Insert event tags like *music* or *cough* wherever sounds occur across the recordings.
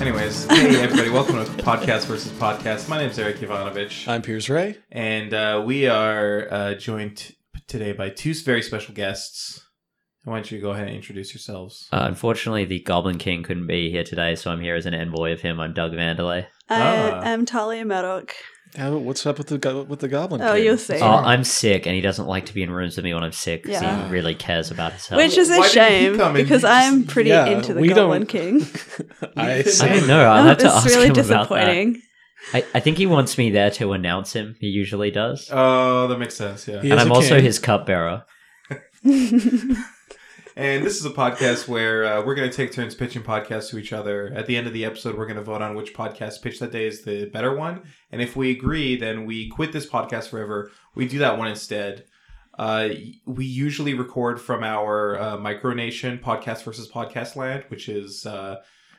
Anyways, hey everybody, welcome to Podcast versus Podcast. My name's Eric Ivanovich, I'm Piers Ray. and uh, we are uh, joined t- today by two very special guests. Why don't you go ahead and introduce yourselves? Uh, unfortunately, the Goblin King couldn't be here today, so I'm here as an envoy of him. I'm Doug Vandelay. Ah. I am Talia Meadock. Uh, what's up with the go- with the goblin? Oh, King? Uh, you'll see. Oh, I'm sick, and he doesn't like to be in rooms with me when I'm sick 'cause Yeah. he really cares about his health. Which is a Why didn't he shame come in? because You just- I'm pretty Yeah, into the we Goblin don't- King. I I see. don't know. *laughs* *laughs* I'll have to it's ask really him about that. disappointing. I, I think he wants me there to announce him. He usually does. Oh, that makes sense. Yeah. He and is I'm a also king. his cupbearer. And this is a podcast where uh, we're going to take turns pitching podcasts to each other. At the end of the episode, we're going to vote on which podcast pitch that day is the better one. And if we agree, then we quit this podcast forever. We do that one instead. Uh, y- we usually record from our uh, micronation podcast versus podcast land, which is uh,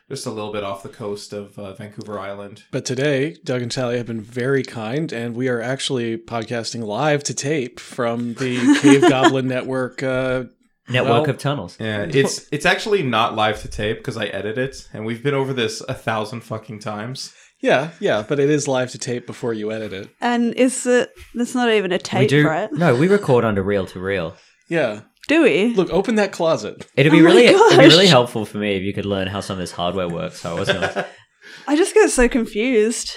just a little bit off the coast of uh, Vancouver Island. But today, Doug and Tally have been very kind, and we are actually podcasting live to tape *laughs* from the Cave Goblin Network. Uh, Network Well- of tunnels. Yeah, it's it's actually not live to tape because I edit it, and we've been over this a thousand fucking times. yeah, yeah, but it is live to tape before you edit it. *laughs* and is it? That's not even a We tape, do. right? No, we record under reel to reel. Yeah, Do we? look, open that closet. It'd be Oh my really, it'd be really gosh. helpful for me if you could learn how some of this hardware works. So I wasn't. *laughs* I just get so confused.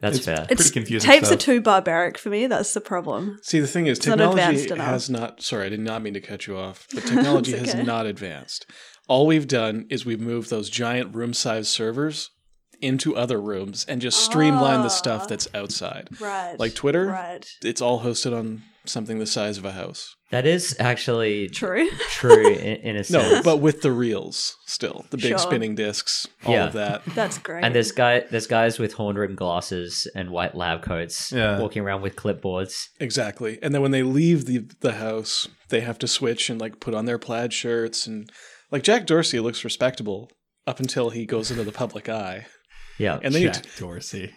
That's It's- fair. It's, confusing Tapes stuff. are too barbaric for me. That's the problem. See, the thing is, not technology advanced enough. has not. Sorry, I did not mean to cut you off, but *laughs* technology It's has okay. not advanced. All we've done is we've moved those giant room-sized servers into other rooms and just streamlined Ah. the stuff that's outside. Right. Like Twitter? Right. It's all hosted on something the size of a house. That is actually True. *laughs* true in, in a sense. *laughs* No, but with the reels still, the big Sure. spinning discs, all Yeah. of that. That's great. And there's guy there's guys with horn rimmed glasses and white lab coats Yeah. walking around with clipboards. Exactly. And then when they leave the the house, they have to switch and like put on their plaid shirts and like Jack Dorsey looks respectable up until he goes into the public eye. Yeah. And then you t- *clears throat* Dorsey.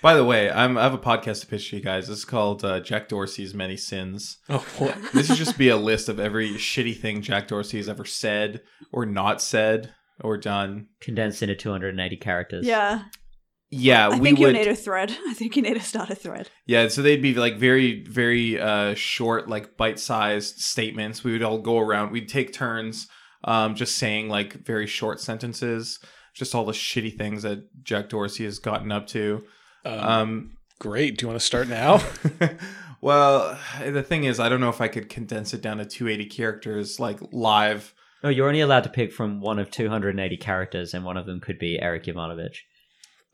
By the way, I'm, I have a podcast to pitch to you guys. It's called uh, Jack Dorsey's Many Sins. *laughs* oh boy. This would just be a list of every shitty thing Jack Dorsey has ever said or not said or done. condensed into 280 characters. yeah. Yeah, I we think would. you need a thread. *laughs* I think you need to start a thread. *laughs* yeah, so they'd be like very, very uh, short, like bite-sized statements. We would all go around. We'd take turns, um, just saying like very short sentences. Just all the shitty things that Jack Dorsey has gotten up to. Um, Um, great. Do you want to start *laughs* now? *laughs* well, the thing is, I don't know if I could condense it down to 280 characters like live. No, Oh, you're only allowed to pick from one of 280 characters, and one of them could be Eric Ivanovich.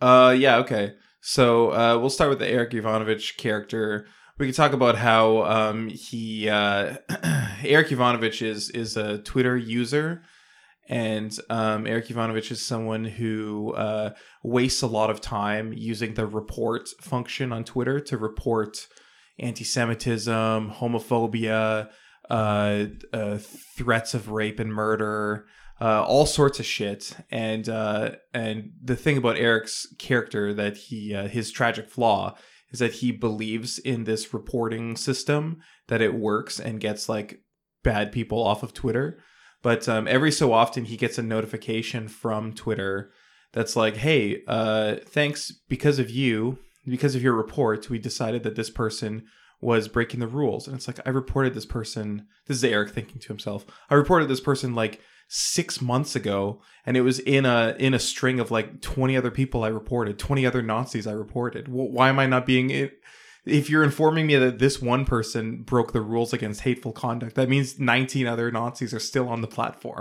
Uh, yeah, okay. So uh, we'll start with the Eric Ivanovich character. We could talk about how um, he uh, *clears throat* Eric Ivanovich is is a Twitter user, and um, Eric Ivanovich is someone who uh, wastes a lot of time using the report function on Twitter to report anti-Semitism, homophobia, uh, uh, threats of rape and murder, uh, all sorts of shit. And uh, and the thing about Eric's character that he uh, his tragic flaw is that he believes in this reporting system that it works and gets like bad people off of Twitter. But um, every so often he gets a notification from Twitter that's like, "Hey, uh, thanks because of you, because of your report, we decided that this person was breaking the rules." And it's like, "I reported this person." This is Eric thinking to himself, "I reported this person like six months ago, and it was in a in a string of like twenty other people I reported, twenty other Nazis I reported. Wh- Why am I not being it?" If you're informing me that this one person broke the rules against hateful conduct, that means 19 other Nazis are still on the platform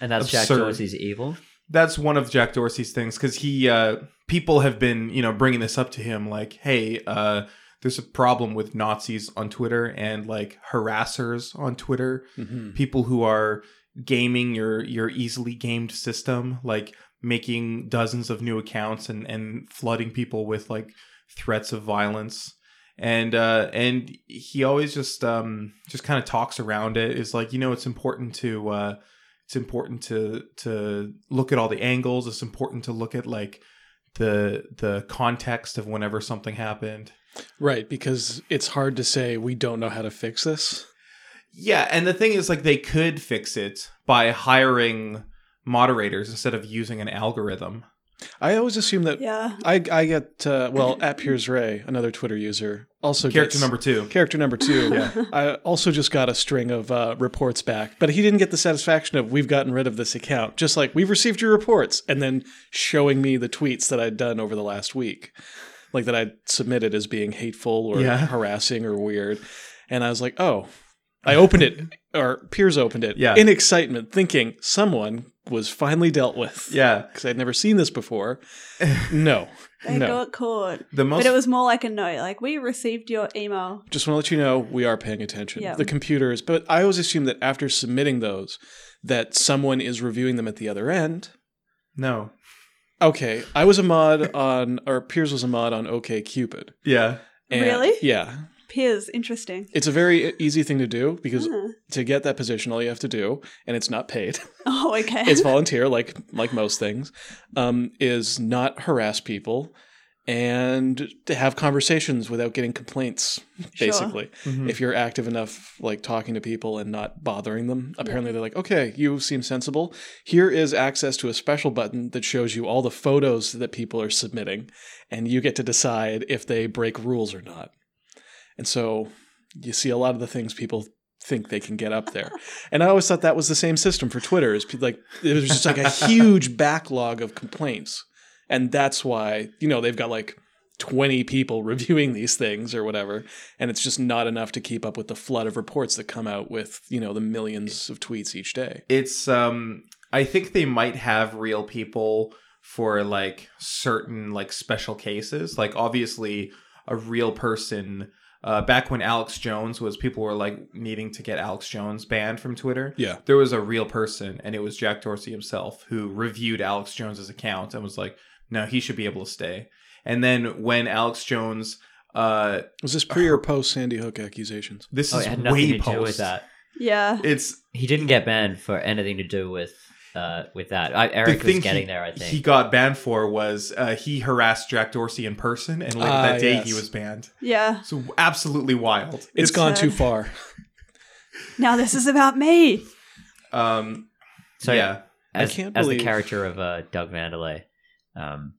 And that's Jack Absurd. Dorsey's evil. that's one of Jack Dorsey's things because he uh, people have been you know bringing this up to him like hey uh, there's a problem with Nazis on Twitter and like harassers on Twitter Mhm. people who are gaming your your easily gamed system like making dozens of new accounts and and flooding people with like threats of violence and uh and he always just um just kind of talks around it is like you know it's important to uh it's important to to look at all the angles it's important to look at like the the context of whenever something happened Right, because it's hard to say we don't know how to fix this. Yeah, and the thing is, like, they could fix it by hiring moderators instead of using an algorithm. I always assume that Yeah. I I get uh, well at Piers Ray, another Twitter user, also Character gets- number two. character number two. *laughs* Yeah. I also just got a string of uh, reports back, but he didn't get the satisfaction of we've gotten rid of this account. Just like we've received your reports, and then showing me the tweets that I'd done over the last week, like that I submitted as being hateful or Yeah. harassing or weird, and I was like, oh. I *laughs* opened it, or Piers opened it, Yeah. in excitement, thinking someone was finally dealt with. Yeah. because I'd never seen this *laughs* before. No, They no. got caught. The most But it was more like a note, like we received your email. Just want to let you know we are paying attention. Yeah. The computers, but I always assume that after submitting those, that someone is reviewing them at the other end. no. Okay, I was a *laughs* mod on, or Piers was a mod on OK Cupid. Yeah. Really? Yeah, Piers, interesting. *laughs* it's a very e, easy thing to do because Ah. to get that position, all you have to do, and it's not paid. *laughs* Oh, okay. it's volunteer, like like most things, um, is not harass people and to have conversations without getting complaints. Sure. Basically, Mhm. if you're active enough, like talking to people and not bothering them, apparently they're like, okay, you seem sensible. Here is access to a special button that shows you all the photos that people are submitting, and you get to decide if they break rules or not. And so you see a lot of the things people think they can get up there. and I always thought that was the same system for Twitter. Is pe- like it was just like a huge backlog of complaints. And that's why, you know, they've got like 20 people *laughs* reviewing these things or whatever and it's just not enough to keep up with the flood of reports that come out with you know the millions of tweets each day It's um I think they might have real people for like certain like special cases. Like obviously a real person uh, back when Alex Jones was people were like needing to get Alex Jones banned from Twitter. yeah there was a real person and it was Jack Dorsey himself who reviewed Alex Jones's account and was like, no, he should be able to stay. And then when Alex Jones, uh, was this pre or post sandy hook accusations this Oh, is it had nothing way to do with post. that. *laughs* yeah. It's He didn't get banned for anything to do with uh, with that. I, Eric the thing was getting he, there, I think. he got banned for was uh, he harassed Jack Dorsey in person and later Ah, that day yes. he was banned. Yeah. So absolutely wild. it's gone sad. too far Now this is about me. Um, so yeah. as, I can't as believe- the character of uh, Doug Vandalay, um,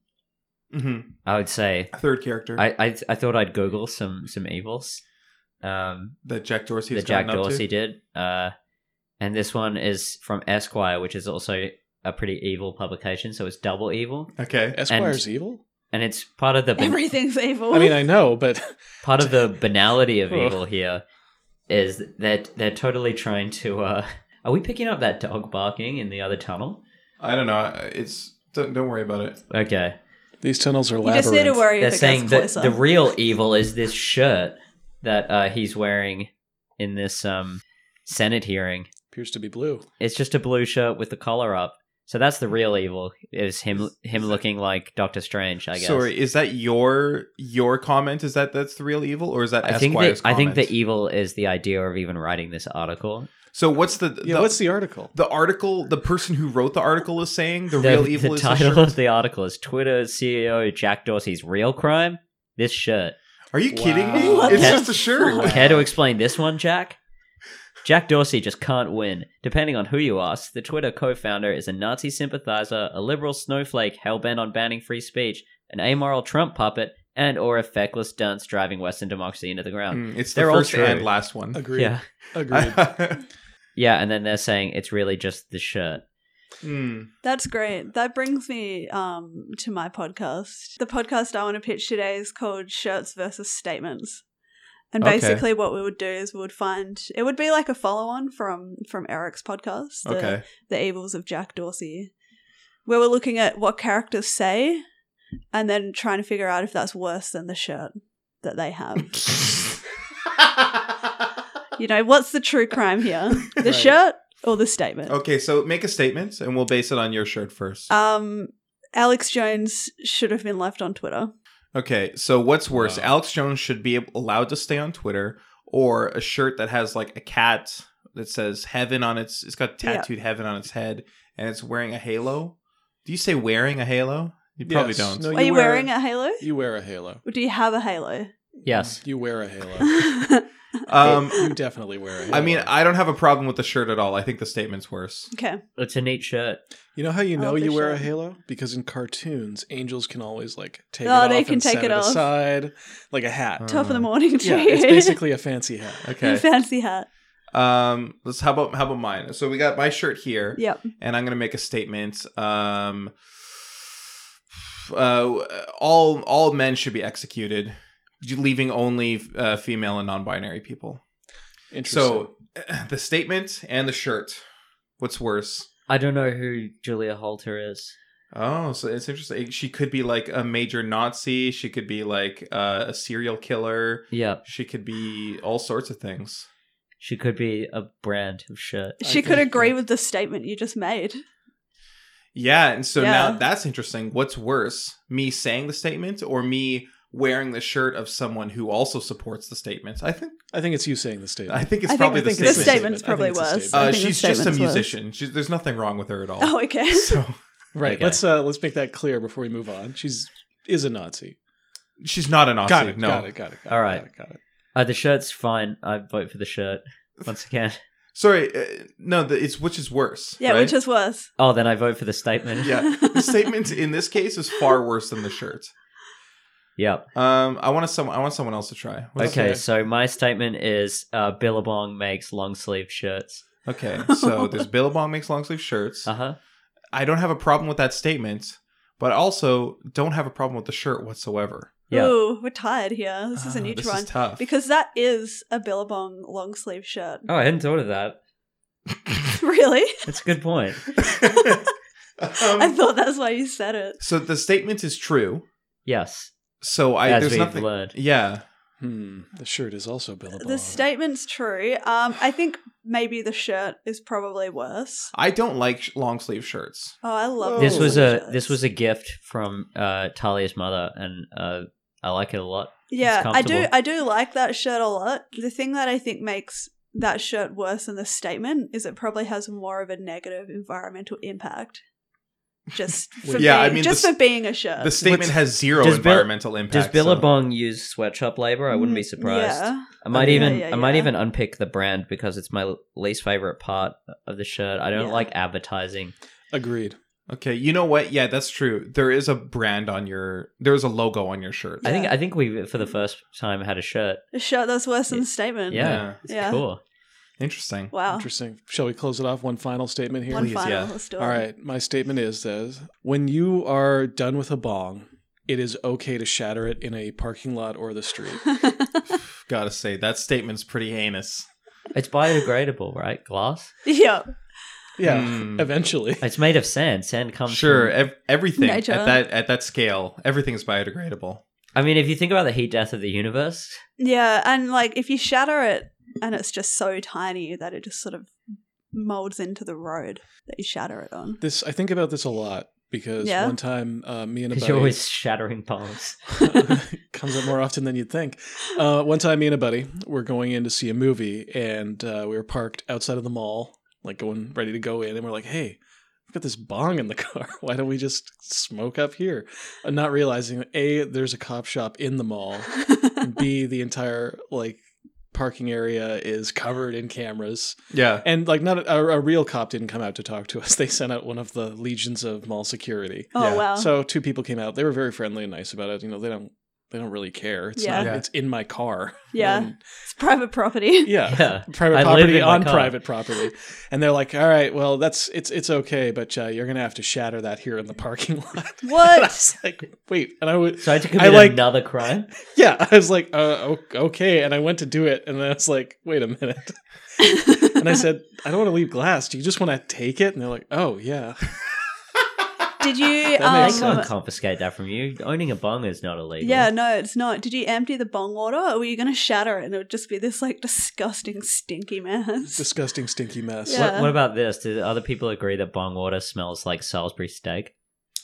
hmm I would say Third character I, I I thought I'd Google some some evils. Um, that Jack Dorsey has that Jack gotten up to. Dorsey did. Uh, and this one is from Esquire, which is also a pretty evil publication, so it's double evil, Okay. esquire's evil and it's part of the ban- Everything's evil. i mean i know but *laughs* part of the banality of Ugh. evil here is that they're totally trying to. Uh, *laughs* are we picking up that dog barking in the other tunnel? I don't know. It's don't, don't worry about it. Okay, these tunnels are you just need to labyrinth worry they're if it saying gets that closer. the real evil is this shirt that uh, he's wearing in this um, Senate hearing. appears to be blue It's just a blue shirt with the collar up. So that's the real evil is him him looking like Doctor Strange, I guess. Sorry, is that your your comment? Is that that's the real evil, or is that I think Esquire's the, I think e- comment? the evil is the idea of even writing this article. so what's the yeah the, what's the article the article? The person who wrote the article is saying the, *laughs* The, real evil the is title the shirt. of the article is Twitter CEO Jack Dorsey's real crime. This shirt. Are you kidding me? Wow. It's What just a the shirt. fuck? *laughs* Care to explain this one, Jack? Jack Dorsey just can't win. Depending on who you ask, the Twitter co founder is a Nazi sympathizer, a liberal snowflake hell bent on banning free speech, an amoral Trump puppet, and or a feckless dunce driving Western democracy into the *laughs* ground. Mm, it's the They're all first true. and last one. agreed Yeah. *laughs* agreed *laughs* Yeah, and then they're saying it's really just the shirt. Mm. That's great. That brings me um, to my podcast. The podcast I want to pitch today is called Shirts versus Statements. And Okay. basically, what we would do is we would find it would be like a follow on from from Eric's podcast, the, Okay. the Evils of Jack Dorsey, where we're looking at what characters say and then trying to figure out if that's worse than the shirt that they *laughs* have. you know, what's the true crime *laughs* here? The Right. shirt or the statement? *laughs* okay, so make a statement, and we'll base it on your shirt first. Um, Alex Jones should have been left on Twitter. okay, so what's worse? Wow. Alex Jones should be ab- allowed to stay on Twitter, or a shirt that has like a cat that says heaven on its. It's got Yeah. tattooed heaven on its head, and it's wearing a halo. Do you say wearing a halo? You probably Yes. don't. No, Are you wear- wearing a halo? you wear a halo Mm. Or do you have a halo? Yes. you wear a halo I Um, You definitely wear it. I mean, I don't have a problem with the shirt at all. I think the statement's worse. *laughs* Okay. It's a neat shirt. you know how you I know love you this wear a show. halo because in cartoons, angels can always like take Oh, it they off can and take set it it off. aside, like a *laughs* hat. Uh, Top of the morning tea. yeah, it's *laughs* basically a fancy hat. Your Okay. fancy hat. Um, let's how about how about mine? So we got my shirt here. Yep. and I'm going to make a statement. Um, uh, all all men should be executed, leaving only uh, female and non-binary people. Interesting. So *clears throat* the statement and the shirt. What's worse? I don't know who Julia Holter is. Oh, so it's interesting. She could be like a major Nazi. She could be like uh, a serial killer. Yeah, She could be all sorts of things. she could be a brand of shirt. I She could think- agree with the statement you just made. Yeah, and so now Yeah. that's interesting. What's worse, me saying the statement or me wearing the shirt of someone who also supports the statement? I think I think it's you saying the statement. I think it's I think- probably I the think statement. the it's a statement's statement. I probably think it's a worse. statement. I Uh, think the she's just a statement's worse. musician. She's, there's nothing wrong with her at all. Oh, *laughs* okay. So right. Okay. Let's uh let's make that clear before we move on. She's is a Nazi. she's not an Nazi. Got it. no. Got it. Got it. Got All it, right. Got it, got it. Uh, the shirt's fine. I vote for the shirt once again. Sorry. Uh, no, the, it's which is worse. Yeah, right? which is worse. Oh, then I vote for *laughs* the statement. Yeah. *laughs* the statement in this case is far worse than the shirt. Yep. Um, I want some. I want someone else to try. What's- Okay, Okay. so my statement is uh, Billabong makes long sleeve shirts. Okay. *laughs* So there's Billabong makes long sleeve shirts. Uh huh. I don't have a problem with that statement, but I also don't have a problem with the shirt whatsoever. Yeah. Ooh, we're tired here. This is a Ah, huge this one. Is tough. *laughs* Because that is a Billabong long sleeve shirt. *laughs* Oh, I hadn't thought of that. really? That's a good *laughs* point. Um, I thought that's why you said it. so the statement is true. Yes, So I as there's we've nothing. learned. Yeah. Hmm. The shirt is also Billabong. The statement's true. Um, I think maybe the shirt is probably worse. I don't like sh- long sleeve shirts. Oh, I love This was long-sleeve a this shirts. was a gift from uh, Talia's mother, and uh, I like it a lot. yeah. I do comfortable. I do like that shirt a lot. The thing that I think makes that shirt worse than the statement is it probably has more of a negative environmental impact. *laughs* Just for Yeah, I being, mean, just the s- for being a shirt. The statement has What's- zero Does Bill- environmental impact. Does so- Billabong use sweatshop labor? I wouldn't be Mm, surprised. Yeah. I might Yeah, even yeah, I might yeah. even unpick the brand because it's my l- least favorite part of the shirt. I don't Yeah. like advertising. Agreed. Okay, you know what? Yeah, that's true. There is a brand on your. There is a logo on your shirt. I think Yeah. I think we for the first time had a shirt. A shirt that's worse than the statement. Yeah. It's Yeah. Cool. Interesting. Wow. Interesting. Shall we close it off? One final statement here. Oh. One Please, final. yeah. Let's do it. All right. My statement is this when you are done with a bong, it is okay to shatter it in a parking lot or the street. Gotta say that statement's pretty heinous. It's biodegradable, right? Glass. *laughs* yeah. Yeah. Hmm. Eventually. It's made of sand. Sand comes Sure, from- ev- everything Nature. at that at that scale, everything is biodegradable. I mean, if you think about the heat death of the universe, Yeah. And like if you shatter it and it's just so tiny that it just sort of molds into the road that you shatter it on. *laughs* This I think about this a lot because Yeah? one time uh, me and a because buddy you're always shattering palms. *laughs* comes up more often than you'd think. Uh, one time, me and a buddy were going in to see a movie, and uh, we were parked outside of the mall, like going ready to go in, and we're like, "Hey, we've got this bong in the *laughs* car. Why don't we just smoke up here?" And not realizing a there's a cop shop in the mall, and b the entire like parking area is covered in cameras Yeah. and like not a, a real cop didn't come out to talk to us *laughs* they sent out one of the legions of mall security oh Yeah. wow. so two people came out. They were very friendly and nice about it. You know, they don't they don't really care. It's Yeah. not Yeah. it's in my car. *laughs* *laughs* Yeah. And- it's private *laughs* property. *laughs* yeah. Yeah. Private I live property in my on car. private property. And they're like, "All right, well, that's it's it's okay, but uh, you're going to have to shatter that here in the parking lot." *laughs* And I What? was like, "Wait." And I was So I had to I commit like- another *laughs* crime. yeah, I was like, "Uh o- okay." And I went to do it and I was like, "Wait a minute." And I said, "I don't want to leave glass. Do you just want to take it?" And they're like, "Oh, yeah." *laughs* Did you That I makes um can't confiscate that from you. Owning a bong is not illegal. yeah, no, it's not. Did you empty the bong water or were you gonna shatter it and it would just be this like disgusting stinky mess? Disgusting stinky mess. Yeah. What, what about this? Do other people agree that bong water smells like Salisbury steak?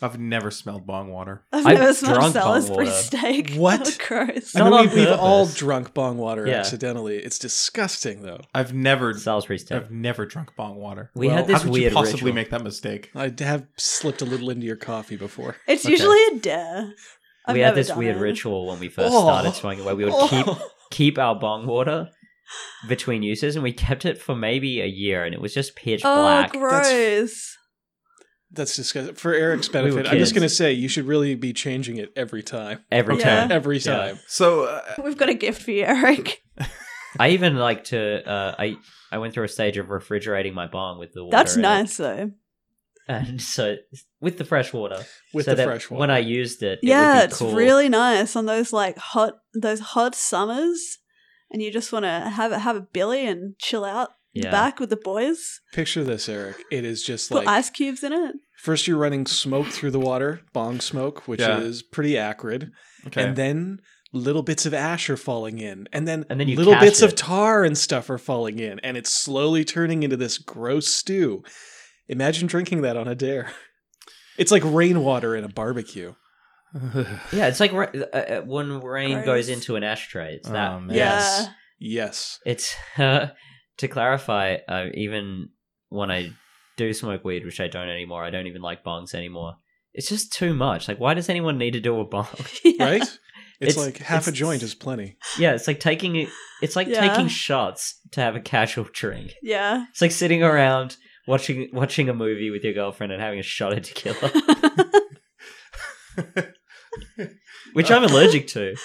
I've never smelled bong water. I've I've never smelled drunk bong Salisbury water. steak. *laughs* What? Oh, gross. I mean, Not on we've, we've purpose. all drunk bong water Yeah. accidentally. It's disgusting, though. I've never Salisbury steak. I've never drunk bong water. We Well, had this How could weird you possibly ritual. make that mistake? I have slipped a little into your coffee before. It's Okay. usually a dare. I've we had never this done weird it. ritual when we first Oh. started smoking, where we would keep keep our bong water between uses, and we kept it for maybe a year, and it was just pitch Oh, black. gross. That's disgusting. For Eric's were benefit, I'm just kids. going to say you should really be changing it every time. Every Okay. time, Every Yeah. time. So uh, We've got a gift for you, Eric. I even like to. Uh, I I went through a stage of refrigerating my bong with the water. That's in it. nice, though. and so with the fresh water, With so the that fresh water. When I used it, it would yeah, be it's cool. really nice on those like hot those hot summers, and you just want to have a, have a billy and chill out in the Yeah. back with the boys. Picture this, Eric. It is just Put like ice cubes in it. first you're running smoke through the water, bong smoke, which Yeah. is pretty acrid. okay, And then little bits of ash are falling in. And then, And then you little catch bits of it. tar and stuff are falling in. And it's slowly turning into this gross stew. Imagine drinking that on a dare. *laughs* It's like rainwater in a barbecue. yeah. It's like ra- uh, uh, when rain Gross. goes into an ashtray. It's that. Oh, man. Yes. Yeah. *laughs* Yes. It's *laughs* uh, to clarify. Uh, even when I do smoke weed, which I don't anymore, I don't even like bongs anymore. It's just too much. Like, why does anyone need to do a bong? *laughs* Yeah. Right? It's, It's- like half a it's- joint is plenty. yeah, it's like taking it. It's like Yeah. taking shots to have a casual drink. Yeah. It's like sitting around watching watching a movie with your girlfriend and having a shot *laughs* at tequila, which I'm allergic to.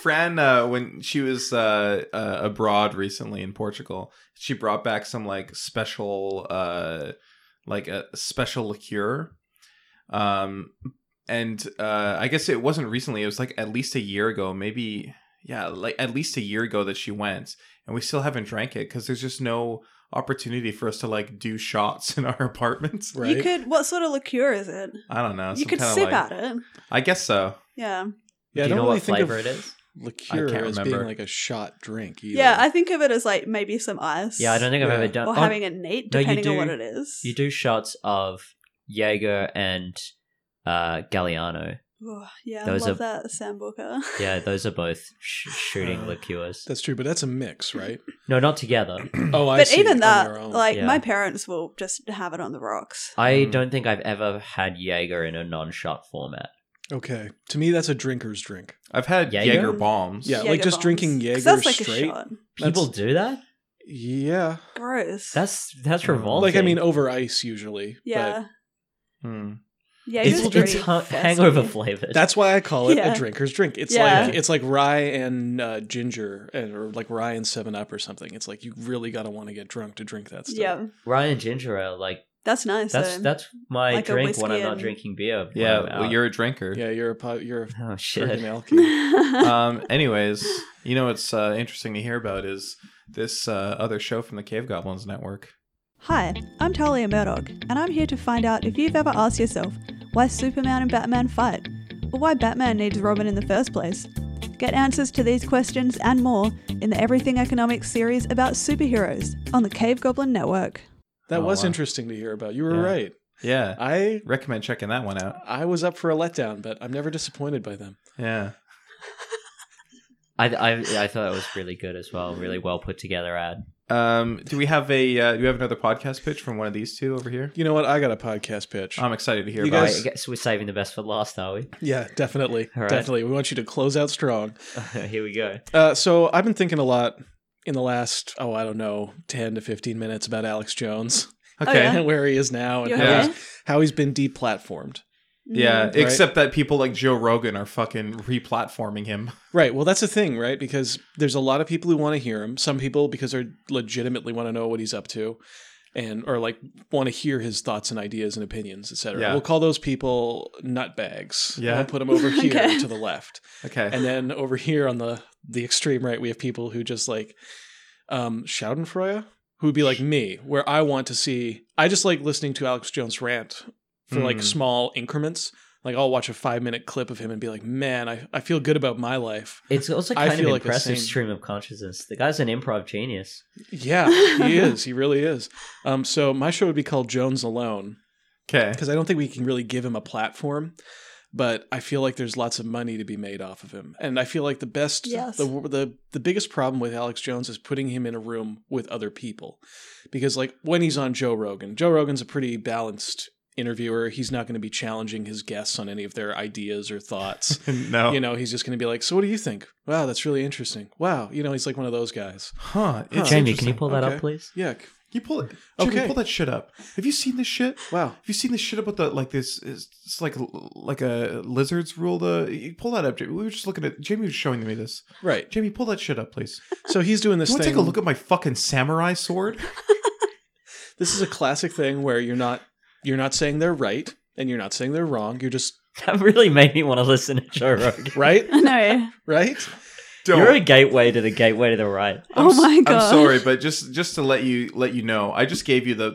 Fran, uh, when she was uh, uh, abroad recently in Portugal, she brought back some like special, uh, like a special liqueur. Um, and uh, I guess it wasn't recently; it was like at least a year ago, maybe yeah, like at least a year ago that she went, and we still haven't drank it because there's just no opportunity for us to like do shots in our *laughs* apartments. Right? You could. What sort of liqueur is it? I don't know. you some could kinda, sip like- at it. I guess so. Yeah. yeah, I Do you don't know really what think flavor of it is? liqueur I can't as being remember. like a shot drink either. Yeah, I think of it as like maybe some ice. Yeah, I don't think I've Yeah. ever done. Or oh, having it neat, no, you depending on do- what it is. you do shots of Jaeger and uh, Galliano. Oh, yeah, I Those love are- that sambuca. *laughs* Yeah, those are both sh- shooting Uh, liqueurs. that's true, but that's *clears throat* a mix, right? No, not together. Oh, *laughs* I but see. even on your that, own. like Yeah. my parents will just have it on the rocks. I uh, Mm. don't think I've ever had Jaeger in a non-shot format. okay, to me that's a drinker's drink. I've had Jaeger? Jaeger, bombs. Yeah, like just bombs. drinking 'Cause Jaeger That's like straight. a shot. That's- People do that. Yeah, Gross. That's that's Mm. Like, I revolting. Uh, like I mean over ice usually. yeah. Hmm. Yeah, it's, you're it's very ha- festive. hangover flavored. but that's why I call it Yeah. a drinker's drink. It's Yeah. like it's like rye and uh, ginger, and, or like rye and Seven Up or something. It's like you really gotta want to get drunk to drink that stuff. Yeah, Ryan Ginger Ale. Like that's nice. that's though. that's my Like a drink when whiskey I'm not and- drinking beer. when Yeah, I'm well, out. you're a drinker. uh, yeah. You're a po- you're a oh friggin' shit. alky. *laughs* um, anyways, you know what's uh, interesting to hear about is this uh, other show from the Cave Goblins Network. Hi, I'm Talia Murdoch, and I'm here to find out if you've ever asked yourself why Superman and Batman fight, or why Batman needs Robin in the first place. Get answers to these questions and more in the Everything Economics series about superheroes on the Cave Goblin Network. That Oh, was wow. interesting to hear about. You were Yeah. right. Yeah, I recommend checking that one out. I was up for a letdown, but I'm never disappointed by them. Yeah, I, I I thought it was really good as well. Really well put together ad. um, do we have a uh, do we have another podcast pitch from one of these two over here? You know what? I got a podcast pitch. I'm excited to hear You about. guys- it. I guess we're saving the best for last, are we? yeah, definitely, All right. definitely. We want you to close out strong. Here we go. Uh, so I've been thinking a lot in the last, oh, I don't know, ten to fifteen minutes about Alex Jones Okay, Oh, yeah, yeah. and *laughs* where he is now, and You how, Yeah. he's, how he's been deplatformed. Right. except that people like Joe Rogan are fucking replatforming him. *laughs* Right. Well, that's the thing, right? Because there's a lot of people who want to hear him. Some people because they legitimately want to know what he's up to, and or like want to hear his thoughts and ideas and opinions, etc. Yeah. We'll call those people nutbags. Yeah. We'll put *laughs* them over here Okay. to the left. Okay, and then over here on the the extreme right we have people who just like um schadenfreude who would be like me where i want to see i just like listening to alex jones rant for like Mm. small increments like i'll watch a five minute clip of him and be like man i, I feel good about my life It's also I kind of feel like Oh, a impressive sane- stream of consciousness. The guy's an improv genius. yeah he is he really is um so my show would be called jones alone okay, *laughs* because i don't think we can really give him a platform but i feel like there's lots of money to be made off of him and i feel like the best Yes. the, the the biggest problem with alex jones is putting him in a room with other people because like when he's on joe rogan joe rogan's a pretty balanced interviewer. He's not going to be challenging his guests on any of their ideas *laughs* or thoughts. no. You know, he's just going to be like, "So what do you think? Wow, that's really interesting. Wow, you know, he's like one of those guys." huh. it's Jamie, can you interesting. pull that Okay. up, please? *laughs* Yeah. You pull it. Jamie, Okay. pull that shit up. Have you seen this shit? Wow. Have you seen this shit about the like this? It's, it's like like a lizards rule. The you pull that up. Jamie. We were just looking at Jamie was showing me this. Right. Jamie, pull that shit up, please. So he's doing You this want to thing. take a look at my fucking samurai sword? This is a classic thing where you're not you're not saying they're right and you're not saying they're wrong. You're just That really made me want to listen to *laughs* Joe Rogan. right, *laughs* no. right. You're a gateway to the gateway to the right. I'm oh s- my god. I'm sorry, but just just to let you let you know, I just gave you the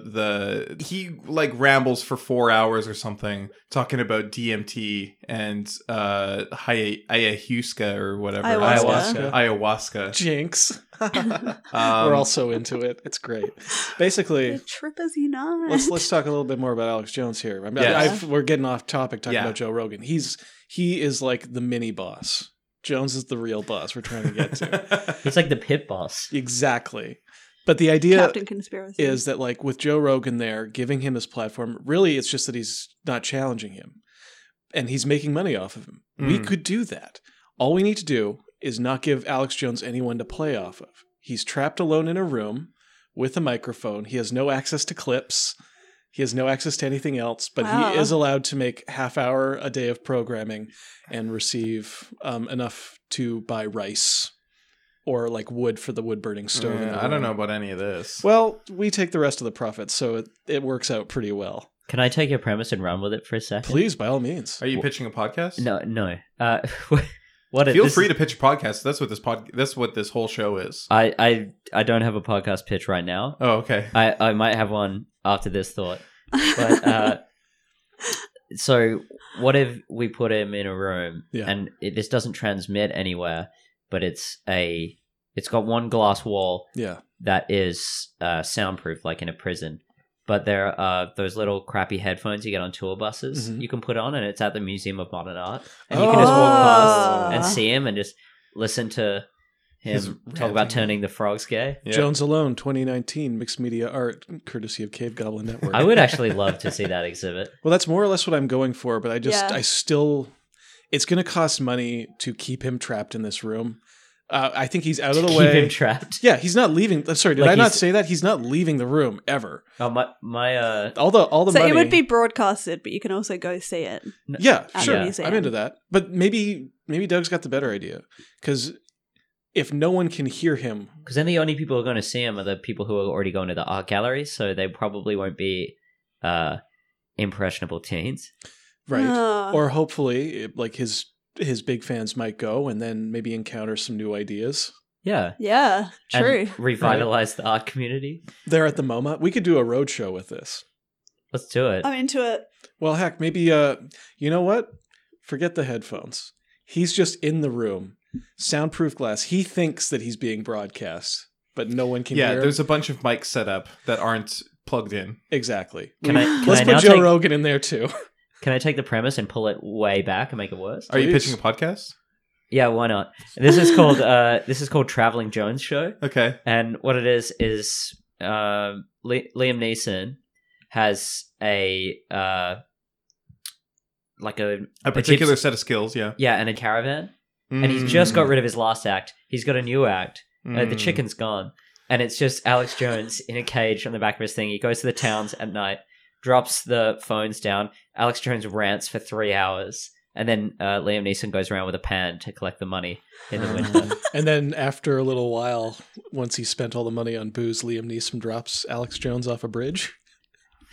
the he like rambles for four hours or something talking about DMT and uh hi- ayahuasca or whatever Ayahuasca. ayahuasca. Jinx. Um, *laughs* We're all so into it. It's great. Basically, The trip is not. let's let's talk a little bit more about Alex Jones here. I mean, Yes. I've, we're getting off topic talking Yeah. about Joe Rogan. He's he is like the mini boss. Jones is the real boss. We're trying to *laughs* get to He's like the pit boss. exactly. But the idea Captain Conspiracy. *laughs* is that like with Joe Rogan there giving him his platform, really it's just that he's not challenging him, and he's making money off of him. We Mm. could do that. All we need to do is not give Alex Jones anyone to play off of. He's trapped alone in a room with a microphone. He has no access to clips. He has no access to anything else, but Wow. he is allowed to make half hour a day of programming and receive um, enough to buy rice or like wood for the wood burning stove. in Mm, Yeah, the I don't room. know about any of this. Well, we take the rest of the profits, so it, it works out pretty well. Can I take your premise and run with it for a second? Please, by all means. Are you pitching a podcast? No, no. Uh, *laughs* what? Feel this free is- Uh, to pitch a podcast. That's what this pod. That's what this whole show is. I, I, I don't have a podcast pitch right now. Oh, okay. I, I might have one after this thought. But uh, so, what if we put him in a room Yeah. and it, this doesn't transmit anywhere, but it's a, it's got one glass wall Yeah. that is uh, soundproof, like in a prison. But there are those little crappy headphones you get on tour buses. Mhm. You can put on, and it's at the Museum of Modern Art, and Oh. you can just walk Ah. past and see him and just listen to him His talk ranting. about turning the frogs gay. Yeah. Jones Alone 2019 Mixed Media Art, courtesy of Cave *laughs* Goblin Network. I would actually love to see that *laughs* exhibit. well, that's more or less what I'm going for, but I just, Yeah. I still, it's going to cost money to keep him trapped in this room. Uh, I think he's out of to the keep way. him trapped. yeah, he's not leaving. I'm sorry, did Like I not he's- say that? He's not leaving the room ever. Oh, my, my, uh, All the all the so money. it would be broadcasted, but you can also go see it. Yeah, at sure. the museum. I'm into that. But maybe maybe Doug's got the better idea because if no one can hear him, because then the only people who are going to see him are the people who are already going to the art gallery, so they probably won't be, uh, impressionable teens. right? Ah. Uh-huh. Or hopefully, it- like his his big fans might go and then maybe encounter some new ideas. Yeah. yeah, and true. revitalize the art community. They're Mm-hmm. at the MoMA. We could do a road show with this. Let's do it. I'm into it. Well, heck, maybe uh, you know what? Forget the headphones. He's just in the room, soundproof glass. He thinks that he's being broadcast, but no one can yeah, hear. him. there's a bunch of mics set up that aren't plugged in. exactly. Can I? Can Let's I put now Joe take, Rogan in there *laughs* too. Can I take the premise and pull it way back and make it worse? Are you Please. pitching a podcast? Yeah, why not? This is called uh, this is called Traveling Jones Show, Okay. and what it is is um Li- Liam Neeson has a uh, like a A particular set of skills. Yeah. yeah, and a caravan, and he's just Mm. got rid of his last act. He's got a new act, Uh, Mm-hmm. the chicken's gone. And it's just Alex Jones in a cage on the back of his thing. He goes to the towns at night, drops the phones down. Alex Jones rants for three hours. And then uh, Liam Neeson goes around with a pan to collect the money in the *laughs* winter. *laughs* And then after a little while, once he spent all the money on booze, Liam Neeson drops Alex Jones off a bridge.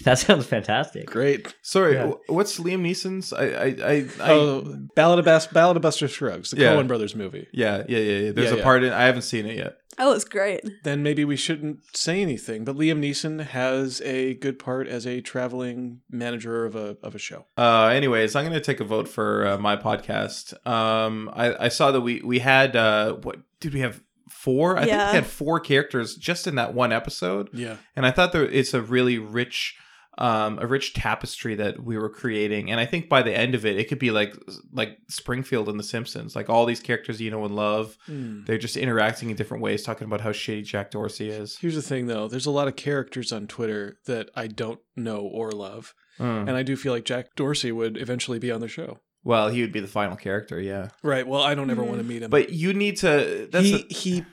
that sounds fantastic. Great. Sorry, Yeah. wh- what's Liam Neeson's? I, I, I, I Oh, Ballad of Bas- Ballad of Buster Scruggs, the Yeah. Coen Brothers movie. yeah, yeah, yeah, yeah. There's Yeah, a yeah. part in. I haven't seen it yet. Oh, it's great. Then maybe we shouldn't say anything. But Liam Neeson has a good part as a traveling manager of a of a show. Uh, anyways, I'm gonna take a vote for uh, my podcast. Um, I, I saw that we we had uh, what did we have four? I think Yeah. we had four characters just in that one episode, Yeah. and I thought that it's a really rich um, a rich tapestry that we were creating, and I think by the end of it, it could be like like Springfield and The Simpsons, like all these characters you know and love. Hmm. They're just interacting in different ways, talking about how shitty Jack Dorsey is. Here's the thing, though. There's a lot of characters on Twitter that I don't know or love, Mm. and I do feel like Jack Dorsey would eventually be on the show. Well, he would be the final character, yeah. Right. Well, I don't ever want to meet him. Hmm. But you need to. That's he the- he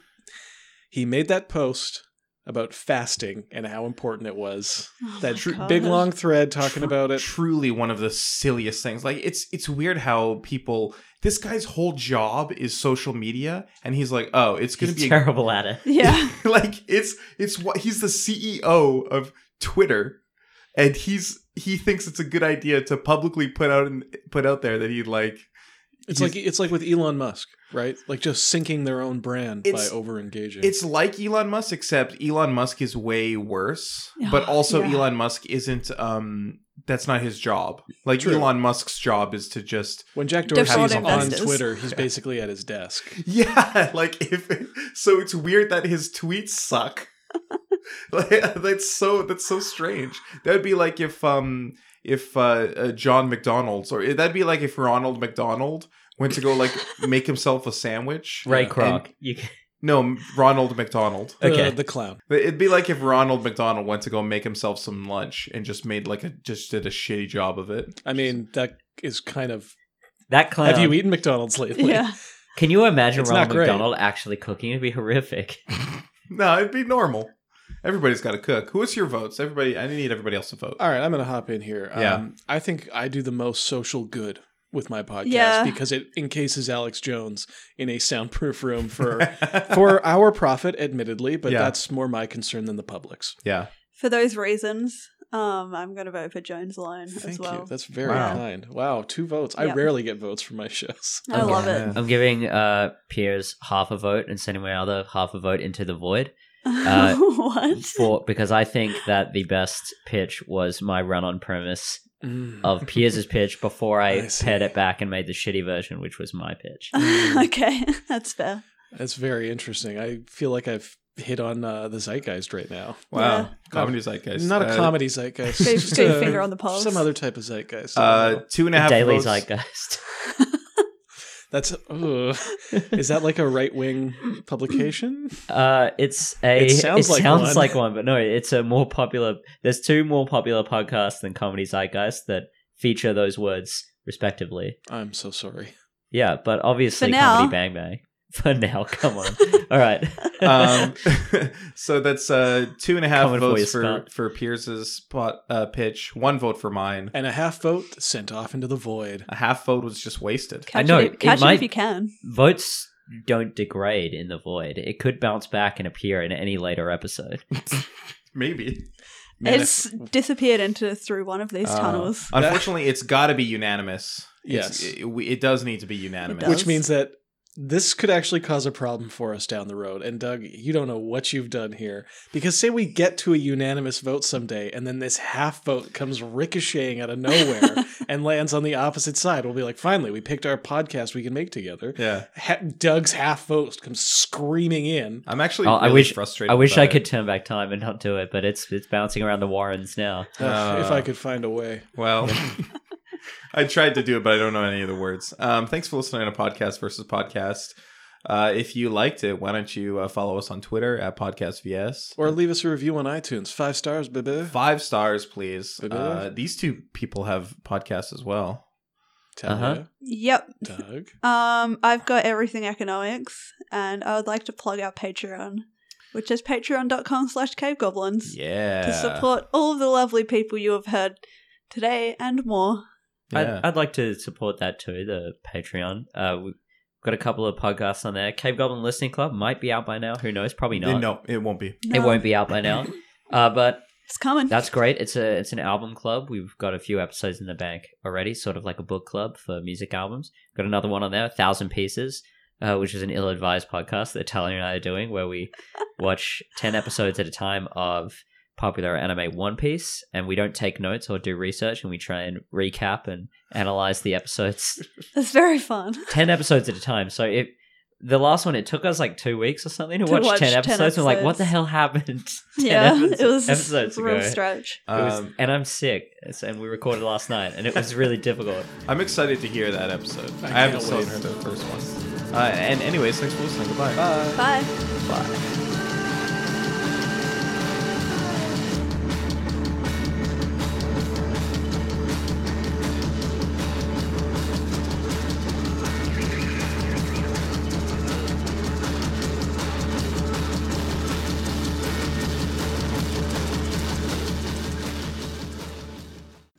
he made that post about fasting and how important it was. Oh That my tr- God. big long thread talking about it. truly one of the silliest things. Like it's it's weird how people. This guy's whole job is social media, and he's like, oh, it's gonna He's be a terrible at it. *laughs* *laughs* Yeah. *laughs* like it's it's what he's the CEO of Twitter, and he's he thinks it's a good idea to publicly put out and put out there that he like It's he's- like it's like with Elon Musk, right? Like just sinking their own brand by It's- over engaging. it's like Elon Musk, except Elon Musk is way worse. But Yeah. also Elon Musk isn't um that's not his job. Like True. Elon Musk's job is to just when Jack Default Dorsey's on investors. Twitter, he's basically at his desk. *laughs* Yeah, like if so it's weird that his tweets suck. *laughs* like that's so that's so strange. That would be like if um if uh, uh John McDonald's or eh, that'd be like if Ronald McDonald went to go *laughs* like make himself a sandwich. Ray Yeah. Kroc. You can- No, Ronald McDonald. The- Okay. The, clown. It'd be like if Ronald McDonald went to go make himself some lunch and just made like a just did a shitty job of it. I mean, that is kind of. that clown. Have you Um, eaten McDonald's lately? Yeah. Can you imagine It's Ronald not great. McDonald actually cooking? It'd be *laughs* horrific. No, it'd be normal. Everybody's got to cook. Who is your votes? Everybody, I need everybody else to vote. *laughs* All right, I'm going to hop in here. Yeah. Um, I think I do the most social good with my podcast Yeah. because it encases Alex Jones in a *laughs* soundproof room for for our profit, admittedly, but Yeah. that's more my concern than the public's. yeah. For those reasons, um, I'm going to vote for Jones Lone as Thank you. well. That's very Wow. kind. Wow, two votes. I Yeah. rarely get votes for my shows. I Okay. love Yeah. it. I'm giving uh Piers half a vote and sending my other half a vote into the void *laughs* Uh, what? for because I think that the best pitch was my run on premise Mm. *laughs* of Piers's pitch before I, I see. paired it back and made the shitty version, which was *laughs* my pitch. okay, *laughs* that's fair. That's very interesting. I feel like I've hit on uh, the zeitgeist right now. Wow. Yeah. Comedy zeitgeist. Not a Uh, comedy zeitgeist. Big- just big a- finger on the pulse. Some other type of zeitgeist. I Uh, don't know. two and a The half Daily votes. Zeitgeist. That's ugh. *laughs* is that like a right wing *laughs* publication? *laughs* Uh, it's a. It sounds like sounds one. like one, but no, it's a more popular. There's two more popular podcasts than Comedy Zeitgeist that feature those words respectively. I'm so sorry. Yeah, but obviously For now. Comedy Bang Bang. *laughs* For now, *laughs* come on. All right. *laughs* um, *laughs* so that's uh, two and a half Coming for you, votes for Scott. for, Pierce's spot uh, pitch. One vote for mine. And a half vote sent off into the void. A half vote was just wasted. Catch know, it, it if- catch it, might- if you can. Votes don't degrade in the void. It could bounce back and appear in any later episode. Maybe. *laughs* Man, it's if- disappeared into through one of these Ah. Uh, tunnels. Unfortunately, it's got to be unanimous. Yes. It's- it, we- it does need to be unanimous. does. which means that this could actually cause a problem for us down the road. And Doug, you don't know what you've done here because say we get to a unanimous vote someday, and then this half vote comes ricocheting out of nowhere and lands on the opposite side. We'll be like, finally, we picked our podcast we can make together. yeah, Ha- Doug's half vote comes screaming in. I'm actually. Oh, I really wish- Frustrated I wish by I it. could turn back time and not do it, but it's it's bouncing around the warrens now. Ugh, if Uh. I could find a way. Well, *laughs* I tried to do it, but I don't know any of the words. Um, thanks for listening to Podcast versus Podcast. Uh, if you liked it, why don't you uh, follow us on Twitter at Podcast VS Or leave us a review on iTunes. Five stars, baby. five stars, please. Ba-da. Uh, these two people have podcasts as well. Tell Uh-huh. Yep. ya, Doug. Um, I've got everything economics, and I would like to plug our Patreon, which is patreon.com slash cavegoblins, Yeah. to support all of the lovely people you have heard today and more. Yeah. I'd, I'd like to support that too, the Patreon. Uh, we've got a couple of podcasts on there. Cave Goblin Listening Club might be out by now. Who knows? Probably not. No, it won't be. It No, won't be out *laughs* by now. Uh, but It's coming. that's great. It's a it's an album club. We've got a few episodes in the bank already, sort of like a book club for music albums. Got another one on there, Thousand Pieces, uh, which is an ill-advised podcast that Talia and I are doing, *laughs* where we watch ten episodes at a time of popular anime One Piece, and we don't take notes or do research, and we try and recap and analyze the episodes *laughs* It's very fun. *laughs* ten episodes at a time. So if the last one, it took us like two weeks or something to, To watch, watch 10 10 episodes. We're like, what the episodes. hell happened? *laughs* 10 Yeah, episodes, it was episodes a real ago. stretch. It was- Um, and I'm sick, it's- and we recorded last night, and it was really difficult. I'm excited to hear that episode. I, I haven't can't wait. seen the first one. Uh, and anyways, thanks for listening. Goodbye. Bye. Bye.